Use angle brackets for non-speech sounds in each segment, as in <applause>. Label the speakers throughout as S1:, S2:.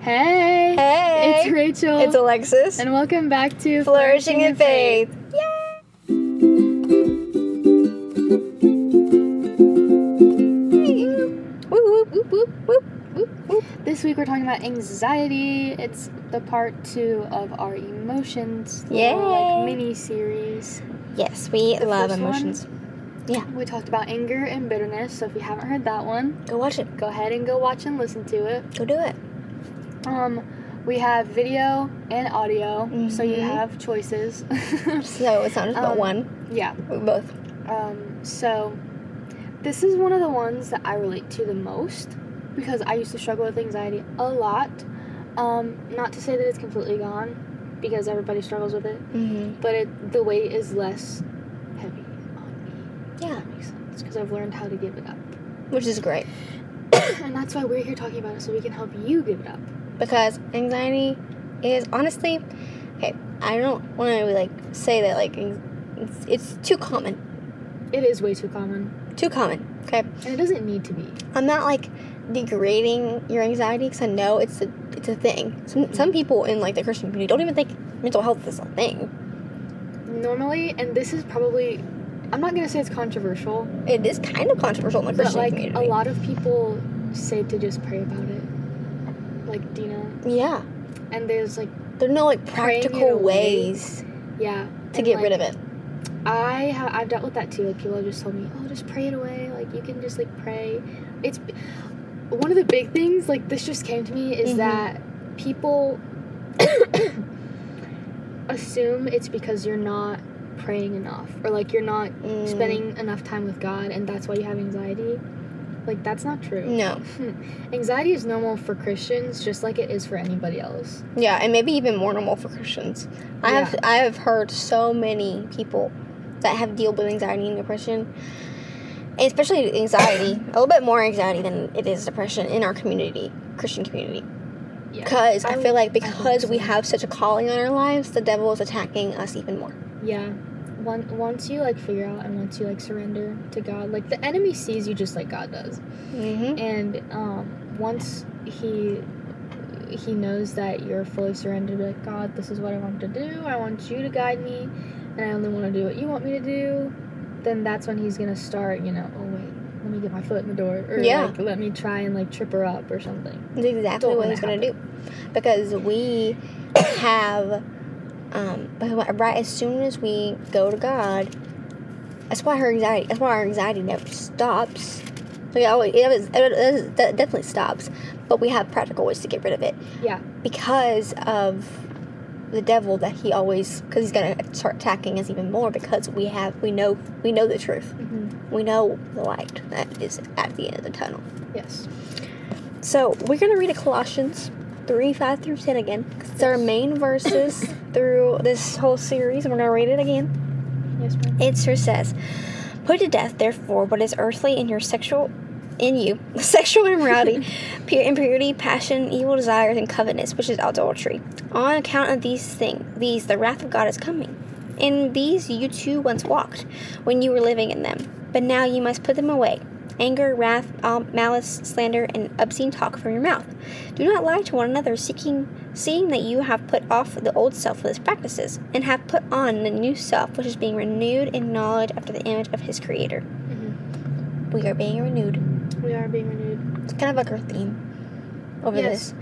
S1: Hey!
S2: Hey!
S1: It's Rachel.
S2: It's Alexis.
S1: and welcome back to
S2: Flourishing in Faith. Yay! Woo, woo, woo, woo, woo, woo, woo.
S1: This week we're talking about anxiety. It's the part two of our emotions little,
S2: Yay.
S1: like mini series.
S2: Yes, we
S1: The
S2: love
S1: first
S2: emotions.
S1: We talked about anger and bitterness, so if you haven't heard that one,
S2: Go watch it.
S1: go ahead and go watch and listen to it.
S2: Go do it.
S1: Um, we have video and audio, so you
S2: Mhm.
S1: have choices. <laughs>
S2: So it's not just about
S1: Um,
S2: one.
S1: yeah.
S2: We both.
S1: Um, so, this is one of the ones that I relate to the most because I used to struggle with anxiety a lot. Um, not to say that it's completely gone because everybody struggles with it,
S2: Mm-hmm.
S1: but it, the weight is less heavy on me.
S2: Yeah,
S1: That makes sense because I've learned how to give it up. <coughs>
S2: which is great
S1: and that's why we're here talking about it so we can help you give it up.
S2: because anxiety is honestly. Okay, I don't want to like say that like it's, it's too common.
S1: It is way too common
S2: Too common. Okay.
S1: and it doesn't need to be.
S2: I'm not like degrading your anxiety because I know it's a it's a thing. Some some people in like the Christian community don't even think mental health is a thing.
S1: Normally, and this is probably, I'm not going to say it's controversial,
S2: It is kind of controversial in the
S1: But
S2: Christian
S1: like a
S2: community.
S1: lot of people say to just pray about it, like Dina.
S2: Yeah,
S1: And there's like
S2: there are no like
S1: Praying it
S2: practical
S1: away.
S2: ways
S1: yeah.
S2: to get rid of it.
S1: I ha- I've dealt with that too. Like people have just told me, oh, just pray it away. Like you can just like pray. It's one of the big things. Like this just came to me is
S2: Mhm.
S1: that people <coughs> assume it's because you're not praying enough or like you're not
S2: Mm,
S1: spending enough time with God and that's why you have anxiety. Like that's not true.
S2: No,
S1: Anxiety is normal for Christians just like it is for anybody else.
S2: yeah, and maybe even more normal for Christians. I have I have heard so many people that have dealt with anxiety and depression, especially anxiety, a little bit more anxiety than it is depression in our community, Christian community.
S1: Yeah. Um,
S2: Because I
S1: I-
S2: feel like
S1: think
S2: because we
S1: so.
S2: have such a calling on our lives, the devil is attacking us even more.
S1: Yeah. One, once you like figure out and once you like surrender to God, like the enemy sees you just like God does.
S2: Mm-hmm.
S1: And um, once he he knows that you're fully surrendered, like God, this is what I want to do. I want you to guide me, and I only want to do what you want me to do. Then that's when he's gonna start. You know, oh wait, let me get my foot in the door, or
S2: Yeah.
S1: like let me try and like trip her up or something.
S2: That's exactly
S1: Don't
S2: what
S1: let
S2: he's
S1: it
S2: going to do. Because we have, um, but wh- right as soon as we go to God, that's why her anxiety, that's why our anxiety never stops. Like, it always, it, was, it, was- it definitely stops, but we have practical ways to get rid of it.
S1: Yeah.
S2: Because of the devil that he always, because he's going to start attacking us even more because we have, we know, we know the truth.
S1: Mm-hmm.
S2: we know the light that is at the end of the tunnel.
S1: Yes.
S2: So we're gonna read a Colossians three five through ten again. 'cause It's our main verses <coughs> through this whole series, and we're gonna read it again.
S1: Yes, ma'am.
S2: It sure says, "Put to death, therefore, what is earthly in your sexual, in you, <laughs> sexual immorality, pu- impurity, passion, evil desires, and covetousness, which is adultery. On account of these things, these the wrath of God is coming. In these you too once walked, when you were living in them, but now you must put them away." Anger, wrath, all malice, slander, and obscene talk from your mouth. Do not lie to one another, seeking, seeing that you have put off the old self with its practices, and have put on the new self, which is being renewed in knowledge after the image of His Creator.
S1: Mhm.
S2: We are being renewed.
S1: We are being renewed.
S2: It's kind of like our theme over
S1: Yes.
S2: this.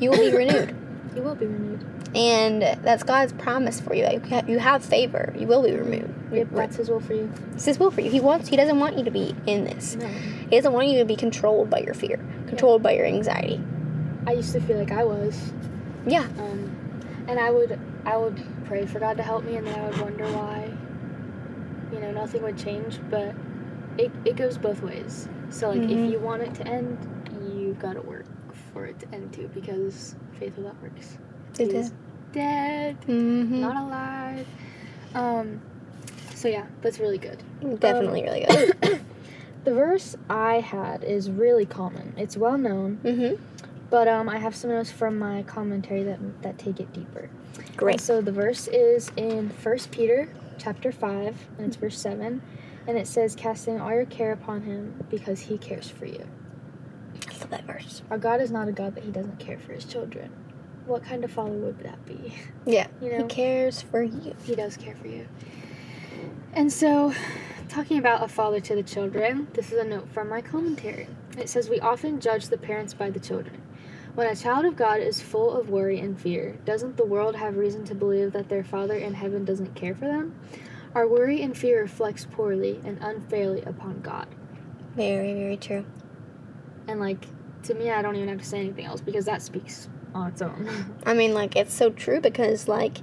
S2: You will be <coughs> renewed,
S1: You will be renewed.
S2: and that's God's promise for you. Like, you have- you have favor. You will be removed.
S1: Yep, that's his will for you.
S2: It's His will for you. He wants. He doesn't want you to be in this.
S1: No.
S2: He doesn't want you to be controlled by your fear, controlled by your anxiety.
S1: I used to feel like I was,
S2: Yeah.
S1: um, and I would I would pray for God to help me, and then I would wonder why. You know, nothing would change, but it it goes both ways. So like,
S2: Mhm.
S1: if you want it to end, you gotta work for it to end too, because faith without works
S2: It
S1: is
S2: is.
S1: dead,
S2: Mm-hmm.
S1: not alive. Um, so yeah, that's really good.
S2: Definitely really <coughs> good.
S1: The verse I had is really common. It's well known,
S2: mm-hmm.
S1: but um, I have some notes from my commentary that that take it deeper. And
S2: Great.
S1: so the verse is in First Peter chapter 5, and it's verse 7, and it says, Casting all your care upon him because he cares for you.
S2: That's love that verse.
S1: Our God is not a God that He doesn't care for His children. What kind of father would that be?
S2: Yeah.
S1: You
S2: He
S1: know,
S2: cares for you.
S1: He does care for you. And so, talking about a father to the children, this is a note from my commentary. It says, We often judge the parents by the children. When a child of God is full of worry and fear, doesn't the world have reason to believe that their Father in heaven doesn't care for them? Our worry and fear reflects poorly and unfairly upon God.
S2: Very, very true.
S1: And, like, to me, I don't even have to say anything else because that speaks on its own.
S2: I mean, like, it's so true because, like,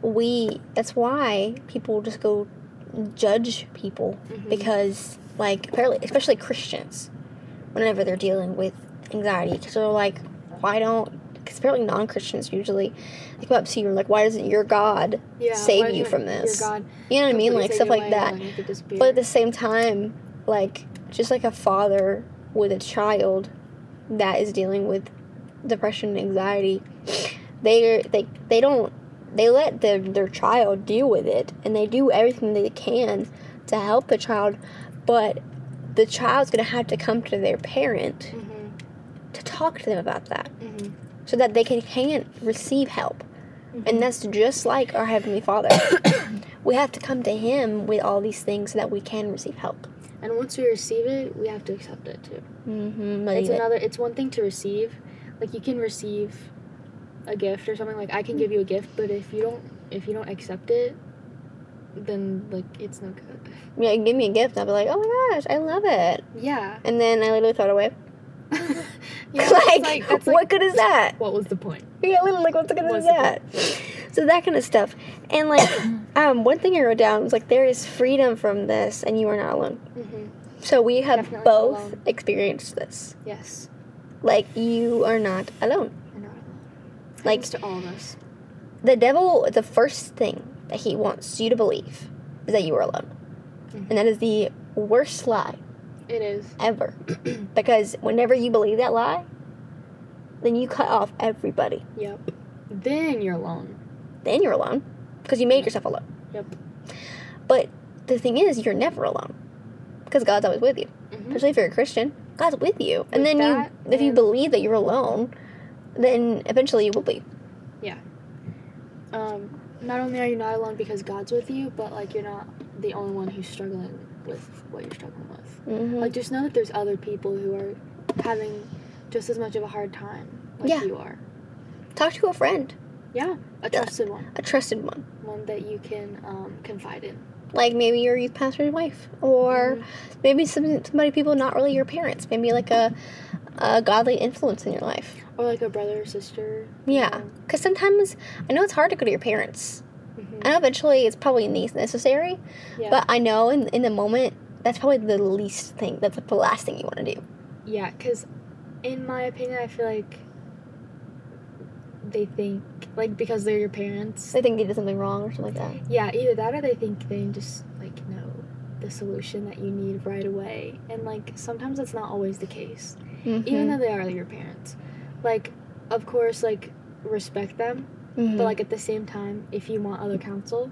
S2: we, that's why people just go judge people
S1: Mm-hmm.
S2: because, like, apparently, especially Christians, whenever they're dealing with anxiety, because they're like, why don't, because apparently non Christians usually, they come up to you and, like, why doesn't your God,
S1: yeah,
S2: Save
S1: why
S2: you
S1: doesn't
S2: from
S1: your
S2: this.
S1: God
S2: you know what I mean?
S1: completely
S2: Like,
S1: take
S2: stuff
S1: it
S2: like
S1: away
S2: that.
S1: and make it disappear?
S2: But at the same time, like just like a father with a child that is dealing with depression and anxiety, they they they don't they let their their child deal with it and they do everything they can to help the child, but the child's gonna have to come to their parent
S1: Mhm,
S2: to talk to them about that
S1: mhm,
S2: so that they can can receive help.
S1: mhm.
S2: And that's just like our Heavenly Father. <coughs> we have to come to Him with all these things so that we can receive help.
S1: And once we receive it, we have to accept it too.
S2: Mm-hmm.
S1: It's another. It's one thing to receive, like you can receive a gift or something. Like I can give you a gift, but if you don't, if you don't accept it, then like it's no good.
S2: Yeah, give me a gift. I'll be like, oh my gosh, I love it.
S1: Yeah.
S2: And then I literally throw it away.
S1: <laughs> yeah.
S2: <laughs>
S1: it's
S2: like,
S1: that's
S2: what good is that?
S1: What was the point?
S2: Yeah, literally, like, what's the good of
S1: What's the
S2: that? So that kind of stuff.
S1: <coughs>
S2: And like, um, one thing I wrote down was like, there is freedom from this, and you are not alone.
S1: hmm
S2: So we have
S1: Definitely not
S2: both
S1: alone.
S2: experienced this.
S1: Yes.
S2: Like, you are not alone.
S1: We're not alone.
S2: Like,
S1: Thanks to all of us.
S2: the devil, the first thing that he wants you to believe is that you are alone.
S1: Mhm.
S2: And that is the worst lie
S1: It is.
S2: ever. because whenever you believe that lie, then you cut off everybody.
S1: Yep. Then you're alone.
S2: Then you're alone because you made yourself alone.
S1: Yep.
S2: But the thing is, you're never alone because God's always with you,
S1: Mhm.
S2: especially if you're a Christian. God's with you.
S1: With
S2: And then
S1: that,
S2: you, if you
S1: and-
S2: believe that you're alone, then eventually you will be.
S1: um, not only are you not alone because God's with you, but like you're not the only one who's struggling with what you're struggling with.
S2: Mhm.
S1: Like just know that there's other people who are having just as much of a hard time like
S2: Yeah.
S1: you are.
S2: Talk to a friend,
S1: Yeah, a trusted one,
S2: a trusted one,
S1: one that you can um, confide in.
S2: like maybe your youth pastor's wife, or
S1: Mm-hmm.
S2: maybe some, somebody people not really your parents, maybe like a, a godly influence in your life.
S1: or like a brother or sister. Um, you
S2: Yeah,
S1: know.
S2: because sometimes I know it's hard to go to your parents.
S1: Mhm.
S2: I know eventually it's probably ne- necessary,
S1: Yeah.
S2: but I know in, in the moment that's probably the least thing. That's the last thing you want to do.
S1: Yeah, because in my opinion, I feel like they think like because they're your parents.
S2: They think they did something wrong or something like that.
S1: Yeah, either that or they think they just like know the solution that you need right away. And like sometimes that's not always the case,
S2: Mm-hmm.
S1: even though they are your parents. Like, of course, like respect them,
S2: Mhm.
S1: but like at the same time, if you want other counsel,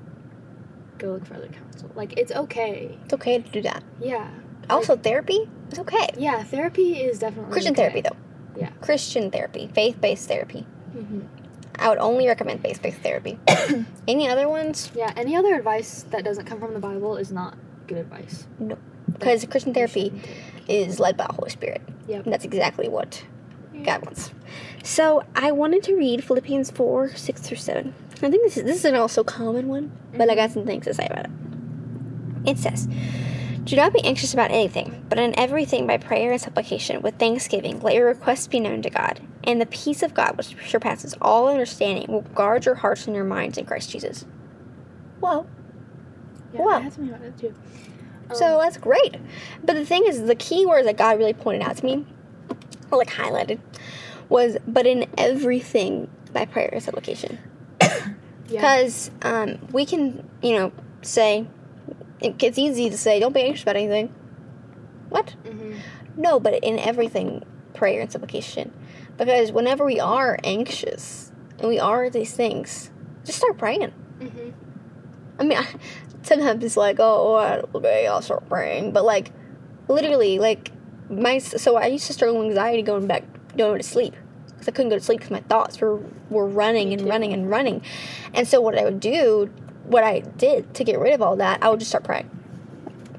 S1: go look for other counsel. Like, it's okay.
S2: it's okay to do that.
S1: Yeah.
S2: Also, therapy is okay.
S1: Yeah, therapy is definitely
S2: Christian therapy though.
S1: Yeah.
S2: Christian therapy, faith based therapy.
S1: though. hmm
S2: I would only recommend faith based
S1: <coughs>
S2: therapy. Any other ones?
S1: Yeah, any other advice that doesn't come from the Bible is not good advice.
S2: Because Christian
S1: You
S2: therapy
S1: shouldn't take.
S2: is led by the Holy Spirit.
S1: Yep.
S2: And that's exactly what God wants. So I wanted to read Philippians 4, 6 through 7. I think this is this is an also common one,
S1: Mm-hmm.
S2: but I got some things to say about it. It says, Do not be anxious about anything, but in everything by prayer and supplication, with thanksgiving, let your requests be known to God, and the peace of God which surpasses all understanding will guard your hearts and your minds in Christ Jesus. Well,
S1: Yeah,
S2: Wow.
S1: I had something about that too.
S2: so
S1: Um,
S2: that's great. But the thing is, the key word that God really pointed out to me, or like highlighted, was but in everything by prayer and supplication.
S1: yeah.
S2: Because um, we can, you know, say, it's easy to say, don't be anxious about anything. What?
S1: hmm
S2: No, but in everything, prayer and supplication. Because whenever we are anxious and we are these things, just start praying.
S1: hmm
S2: I mean, <laughs> I, oh, sometimes it's like, oh, well, okay, I'll start praying. But like, literally, like, my so I used to struggle with anxiety going back going to sleep because I couldn't go to sleep because my thoughts were were running
S1: Me
S2: and
S1: too.
S2: running and running, and so what I would do, what I did to get rid of all that, I would just start praying.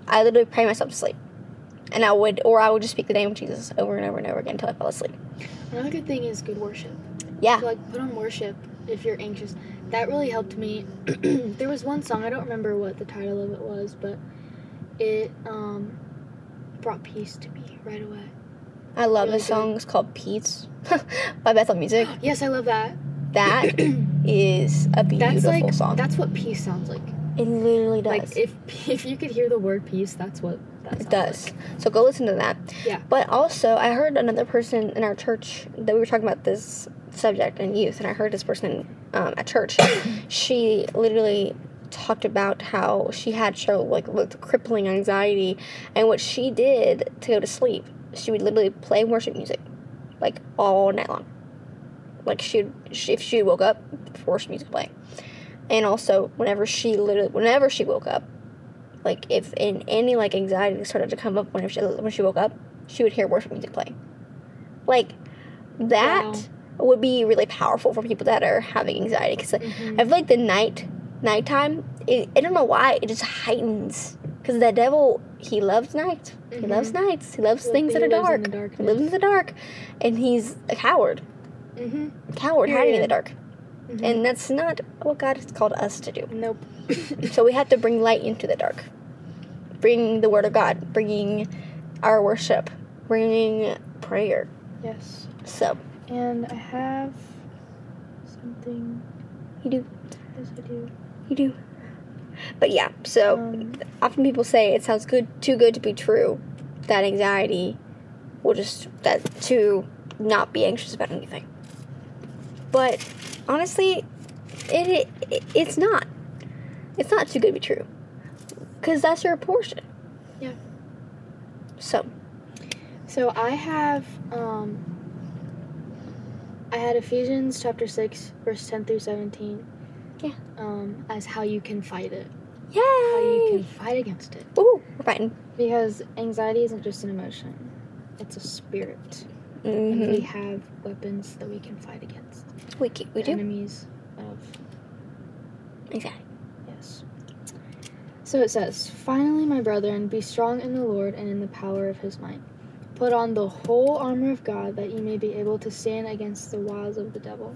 S2: I literally pray myself to sleep, and I would or I would just speak the name of Jesus over and over and over again until I fell asleep.
S1: Another good thing is good worship.
S2: Yeah.
S1: So, like put on worship if you're anxious. That really helped me. <clears throat> there was one song I don't remember what the title of it was, but it um, brought peace to me right
S2: <gasps>
S1: away.
S2: I love
S1: Really
S2: this
S1: good.
S2: song. It's called Pete's <laughs> by Bethel Music.
S1: Yes, I love that.
S2: That
S1: <coughs>
S2: is a beautiful
S1: That's like
S2: song.
S1: that's what peace sounds like.
S2: it literally does.
S1: Like if if <laughs> you could hear the word peace, that's what that sounds
S2: It does. So go listen to that.
S1: Yeah.
S2: But also, I heard another person in our church that we were talking about this subject in youth, and I heard this person um, at church. <coughs> she literally talked about how she had struggle like with crippling anxiety, and what she did to go to sleep, she would literally play worship music, like all night long. Like she, would, she if she woke up, worship music playing, and also whenever she literally whenever she woke up, like if in any like anxiety started to come up when she when she woke up, she would hear worship music playing. Like that
S1: Wow.
S2: would be really powerful for people that are having anxiety because
S1: Like. Mhm.
S2: I feel like the night nighttime. It, I don't know why it just heightens because the devil he loves night. He
S1: Mhm.
S2: loves nights. Mm-hmm. He loves
S1: Well,
S2: things that
S1: he
S2: are
S1: lives in the
S2: dark. He lives in the dark, and he's a coward.
S1: Mhm.
S2: Coward hiding in the
S1: Period.
S2: dark,
S1: Mhm.
S2: and that's not what God has called us to do.
S1: nope. <laughs>
S2: So we have to bring light into the dark. Bringing the word of God, bringing our worship, bringing prayer.
S1: yes.
S2: So,
S1: And I have something.
S2: You do.
S1: Yes, I do.
S2: you do. But yeah, so
S1: Um,
S2: often people say it sounds good too good to be true. That anxiety will just that to not be anxious about anything. But honestly, it, it it's not. It's not too good to be true. Cuz that's your portion.
S1: Yeah.
S2: So,
S1: So I have um I had Ephesians chapter 6 verse 10 through 17.
S2: Yeah.
S1: Um as how you can fight it.
S2: yay.
S1: How you can fight against it.
S2: Ooh, we're fighting.
S1: Because anxiety isn't just an emotion. It's a spirit. And we
S2: Mm-hmm.
S1: have weapons that we can fight against.
S2: We, keep, we
S1: the
S2: do.
S1: enemies of
S2: Exactly.
S1: Yes. So it says, Finally, my brethren, be strong in the Lord and in the power of his might. Put on the whole armor of God, that ye may be able to stand against the wiles of the devil.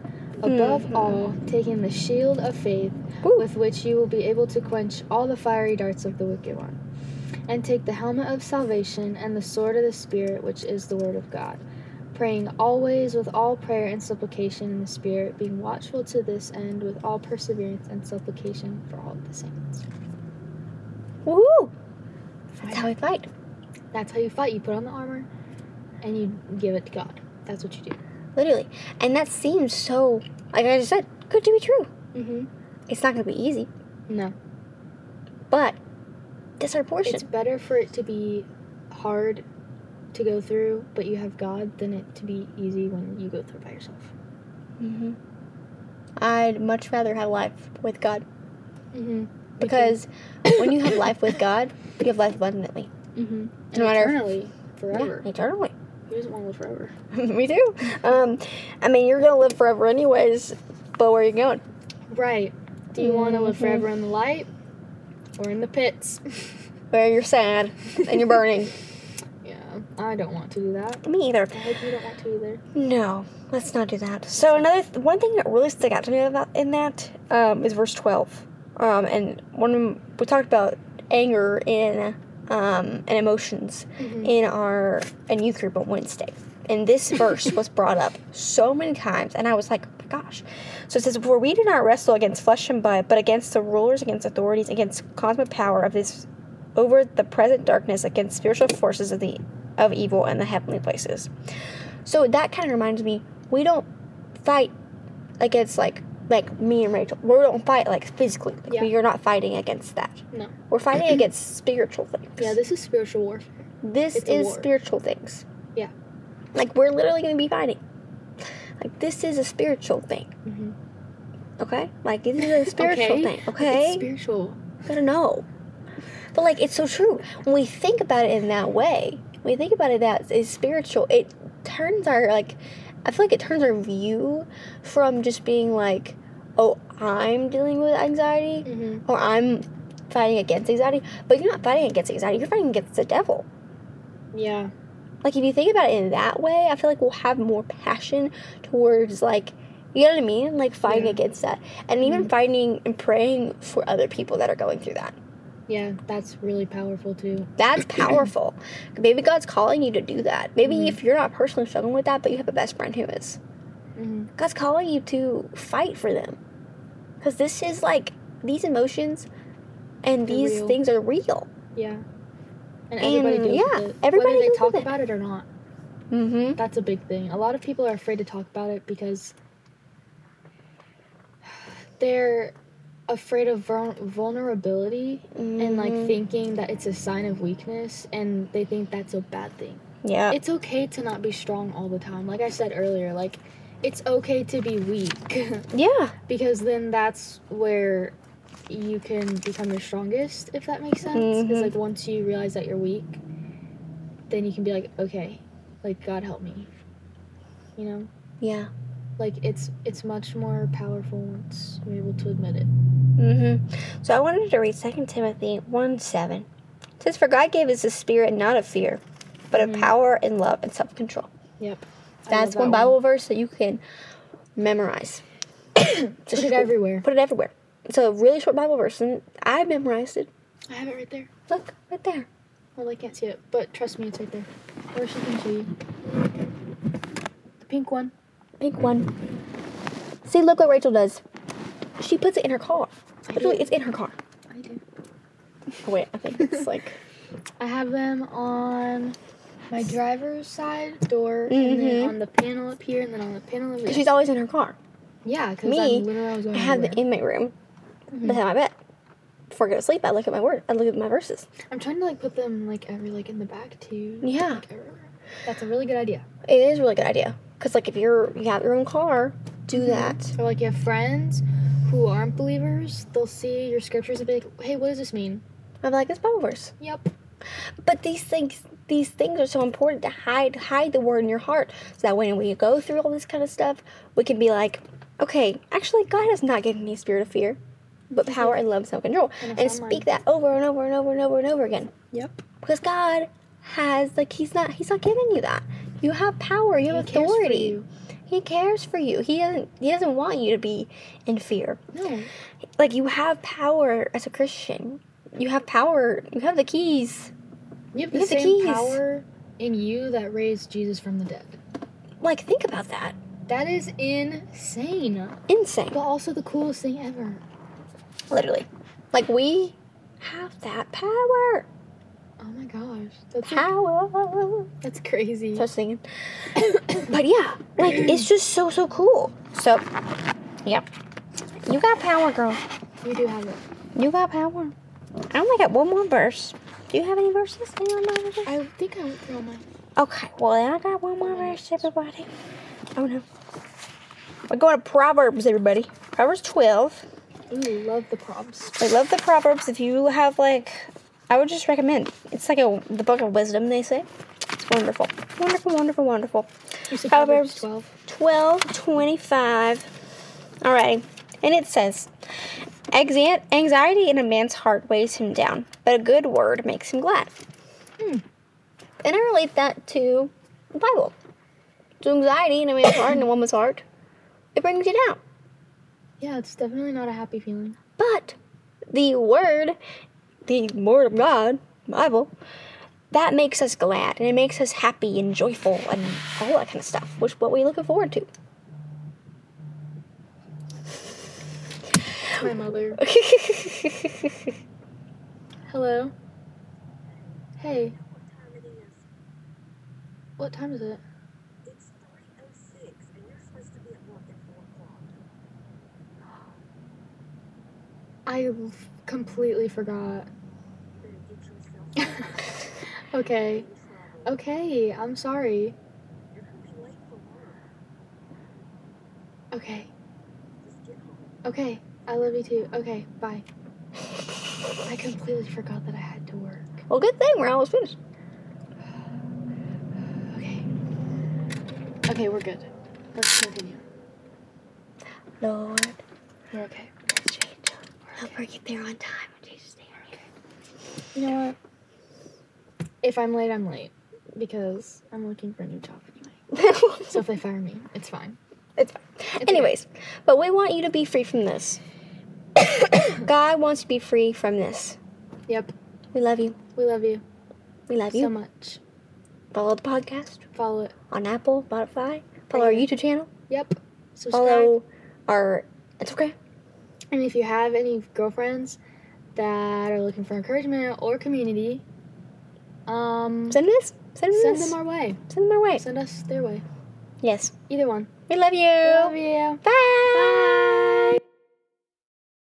S1: Above
S2: Mhm.
S1: all, taking the shield of faith,
S2: Woo.
S1: with which you will be able to quench all the fiery darts of the wicked one. And take the helmet of salvation and the sword of the Spirit, which is the word of God praying always with all prayer and supplication in the Spirit, being watchful to this end with all perseverance and supplication for all the saints.
S2: Woohoo! That's how we fight.
S1: That's how you fight. You put on the armor and you give it to God. That's what you do.
S2: Literally. And that seems so, like I just said, good to be true.
S1: Mm-hmm.
S2: It's not going to be easy,
S1: No.
S2: but that's our portion.
S1: It's better for it to be hard to go through, but you have God, than it to be easy when you go through by yourself.
S2: hmm I'd much rather have life with God
S1: Mm-hmm.
S2: <coughs> because when you have life with God, you have life abundantly.
S1: <coughs> mm-hmm. and
S2: no matter-
S1: eternally, forever.
S2: Yeah, eternally.
S1: Who doesn't want to live forever?
S2: <laughs> Me too. Um, I mean, you're going to live forever anyways, but where are you going?
S1: Right. Do you want to live
S2: Mhm.
S1: forever in the light or in the pits?
S2: Where you're sad <laughs> and you're burning.
S1: <laughs> Yeah, I don't want to do that.
S2: <laughs> Me either.
S1: I hope you don't want to either.
S2: No, let's not do that. So another th- one thing that really stuck out to me about in that um, is verse twelve, um, and when we talked about anger in um, and emotions
S1: Mm-hmm.
S2: in our in youth group on Wednesday,
S1: <laughs>
S2: and this verse was brought up so many times, and I was like, oh my gosh. So it says, "For we do not wrestle against flesh and blood, but against the rulers, against authorities, against cosmic power of this." Over the present darkness against spiritual forces of the of evil in the heavenly places. So that kind of reminds me, we don't fight against like like me and Rachel. We don't fight like physically. Like,
S1: Yeah.
S2: We are not fighting against that.
S1: No.
S2: We're fighting against spiritual things.
S1: Yeah, this is spiritual warfare.
S2: this
S1: it's a
S2: is
S1: war.
S2: spiritual things.
S1: Yeah.
S2: Like we're literally going to be fighting. Like this is a spiritual thing.
S1: Mm-hmm.
S2: Okay. Like this is a
S1: <laughs>
S2: spiritual
S1: Okay.
S2: thing. Okay.
S1: spiritual.
S2: gotta know. But like it's so true. When we think about it in that way, when we think about it that is spiritual, it turns our like I feel like it turns our view from just being like, Oh, I'm dealing with anxiety
S1: Mm-hmm.
S2: or I'm fighting against anxiety. But you're not fighting against anxiety, you're fighting against the devil.
S1: Yeah.
S2: Like if you think about it in that way, I feel like we'll have more passion towards like you know what I mean? Like fighting
S1: Yeah. Mm-hmm.
S2: against that. And even fighting and praying for other people that are going through that.
S1: Yeah, that's really powerful too. <clears throat>
S2: That's powerful. Maybe God's calling you to do that. Maybe
S1: Mhm.
S2: if you're not personally struggling with that, but you have a best friend who is,
S1: Mm-hmm.
S2: God's calling you to fight for them. Because this is like, these emotions and
S1: They're
S2: these
S1: real.
S2: things are real.
S1: Yeah. And everybody
S2: And,
S1: deals
S2: yeah,
S1: with it.
S2: everybody
S1: Whether they
S2: deals
S1: talk
S2: with it.
S1: about it or not.
S2: Mm
S1: That's a big thing. A lot of people are afraid to talk about it because <sighs> they're afraid of vul- vulnerability
S2: hmm.
S1: and like thinking that it's a sign of weakness and they think that's a bad thing.
S2: yeah.
S1: It's okay to not be strong all the time. Like I said earlier, like it's okay to be weak. <laughs>
S2: yeah.
S1: because then that's where you can become your strongest if that makes sense because
S2: Mhm.
S1: like once you realize that you're weak then you can be like okay like god help me you know
S2: Yeah.
S1: like it's it's much more powerful once you're able to admit it
S2: Mm hmm. So I wanted to read 2 Timothy 1 7. It says, For God gave us a spirit not of fear, but
S1: Mhm.
S2: of power and love and self control.
S1: yep I
S2: Mm-hmm. That's
S1: love
S2: one
S1: that
S2: Bible verse that you can <coughs> memorize. It's a
S1: put it
S2: short-
S1: everywhere
S2: Put it everywhere. It's a really short Bible verse, and I memorized it.
S1: i have it right there
S2: Look, right there.
S1: well they can't see it but trust me it's right there or she can show you the pink one
S2: Big one. See, look what Rachel does. She puts it in her car.
S1: I
S2: Literally,
S1: do.
S2: it's in her car.
S1: i do
S2: Oh, wait, I think it's like. <laughs>
S1: I have them on my driver's side door, and
S2: Mhm.
S1: then on the panel up here, and then on the panel over
S2: Because
S1: here.
S2: she's always in her car.
S1: yeah, because
S2: me,
S1: I'm literally going
S2: I have it
S1: everywhere.
S2: in my room
S1: Mhm.
S2: beside my bed. Before I go to sleep, I look at my word. I look at my verses.
S1: I'm trying to like put them like every like in the back too.
S2: Yeah.
S1: Like, everywhere. That's a really good idea.
S2: It is a really good idea. Because, like, if you're you have your own car, do
S1: Mm-hmm.
S2: that.
S1: Or like you have friends who aren't believers, they'll see your scriptures and be like, "Hey, what does this mean?"
S2: I'm like, it's Bible verse.
S1: Yep.
S2: But these things these things are so important to hide hide the word in your heart so that when we go through all this kind of stuff, we can be like, okay, actually God has not given me a spirit of fear, but power and love and self control.
S1: Mm-hmm. And a
S2: And
S1: sound
S2: speak that over and over and over and over and over again.
S1: Yep.
S2: Because God has like he's not he's not giving you that. You have power, you have
S1: He cares for
S2: authority.
S1: you.
S2: He cares for you. He doesn't he doesn't want you to be in fear
S1: No.
S2: like you have power as a Christian. You have power. You have the keys.
S1: You have the
S2: You have the
S1: same
S2: keys.
S1: power in you that raised Jesus from the dead.
S2: Like think about that.
S1: That is insane,
S2: Insane.
S1: but also the coolest thing ever.
S2: Literally. Like we have that power.
S1: Oh my gosh, that's like,
S2: Power.
S1: that's crazy. <coughs>
S2: So singing. but yeah, like it's just so so cool. So yeah. You got power, girl.
S1: we do have it.
S2: You got power. I only got one more verse. Do you have any verses? Anyone know any verses?
S1: I think I went through all mine.
S2: Okay, well then I got one more verse, everybody. Oh no. We're going to Proverbs, everybody. Proverbs twelve.
S1: Ooh, love the props.
S2: I love the Proverbs. If you have like, I would just recommend. It's like a the book of wisdom. They say it's wonderful, wonderful, wonderful, wonderful.
S1: You said
S2: Proverbs.
S1: Proverbs 12.
S2: Twelve twenty-five. Alrighty, and it says, "Anxi- "Anxiety in a man's heart weighs him down, but a good word makes him glad."
S1: Hmm.
S2: And I relate that to the Bible. So anxiety in a man's heart and a woman's heart, it brings you down.
S1: Yeah, it's definitely not a happy feeling.
S2: But the word, the word of God, Bible, that makes us glad and it makes us happy and joyful and all that kind of stuff, which what we looking forward to. <laughs>
S1: My mother. Hello. Hey. What time is it?
S3: It's 3.06, and you're supposed to be at work at 4 o'clock.
S1: I l- completely forgot. <laughs>
S3: Then get yourself
S1: Okay.
S3: in trouble.
S1: Okay, I'm sorry.
S3: You're going to be late for work.
S1: Okay.
S3: Just get home.
S1: Okay. I love you too. Okay, bye. I completely forgot that I had to work.
S2: Well, good thing we're almost finished.
S1: Okay. Okay, we're good. Let's continue.
S2: Lord,
S1: We're okay.
S2: let's change. Help her get there on time. In Jesus' name.
S1: You know what? If I'm late, I'm late because I'm looking for a new job anyway.
S2: <laughs>
S1: So if they fire me, it's fine.
S2: it's fine.
S1: It's
S2: Anyways, but we want you to be free from this. <coughs> God wants you to be free from this.
S1: okay. Yep.
S2: We love you.
S1: We love you
S2: We love you.
S1: so much.
S2: Follow the podcast
S1: Follow it.
S2: on Apple, Spotify. Follow our
S1: Right.
S2: YouTube channel.
S1: Yep. Subscribe.
S2: Follow our Instagram.
S1: And if you have any girlfriends that are looking for encouragement or community, um,
S2: Send this. Send
S1: send
S2: this.
S1: them our way.
S2: send them our way.
S1: Send us their way.
S2: Yes.
S1: Either one.
S2: We love you.
S1: Love you.
S2: Bye.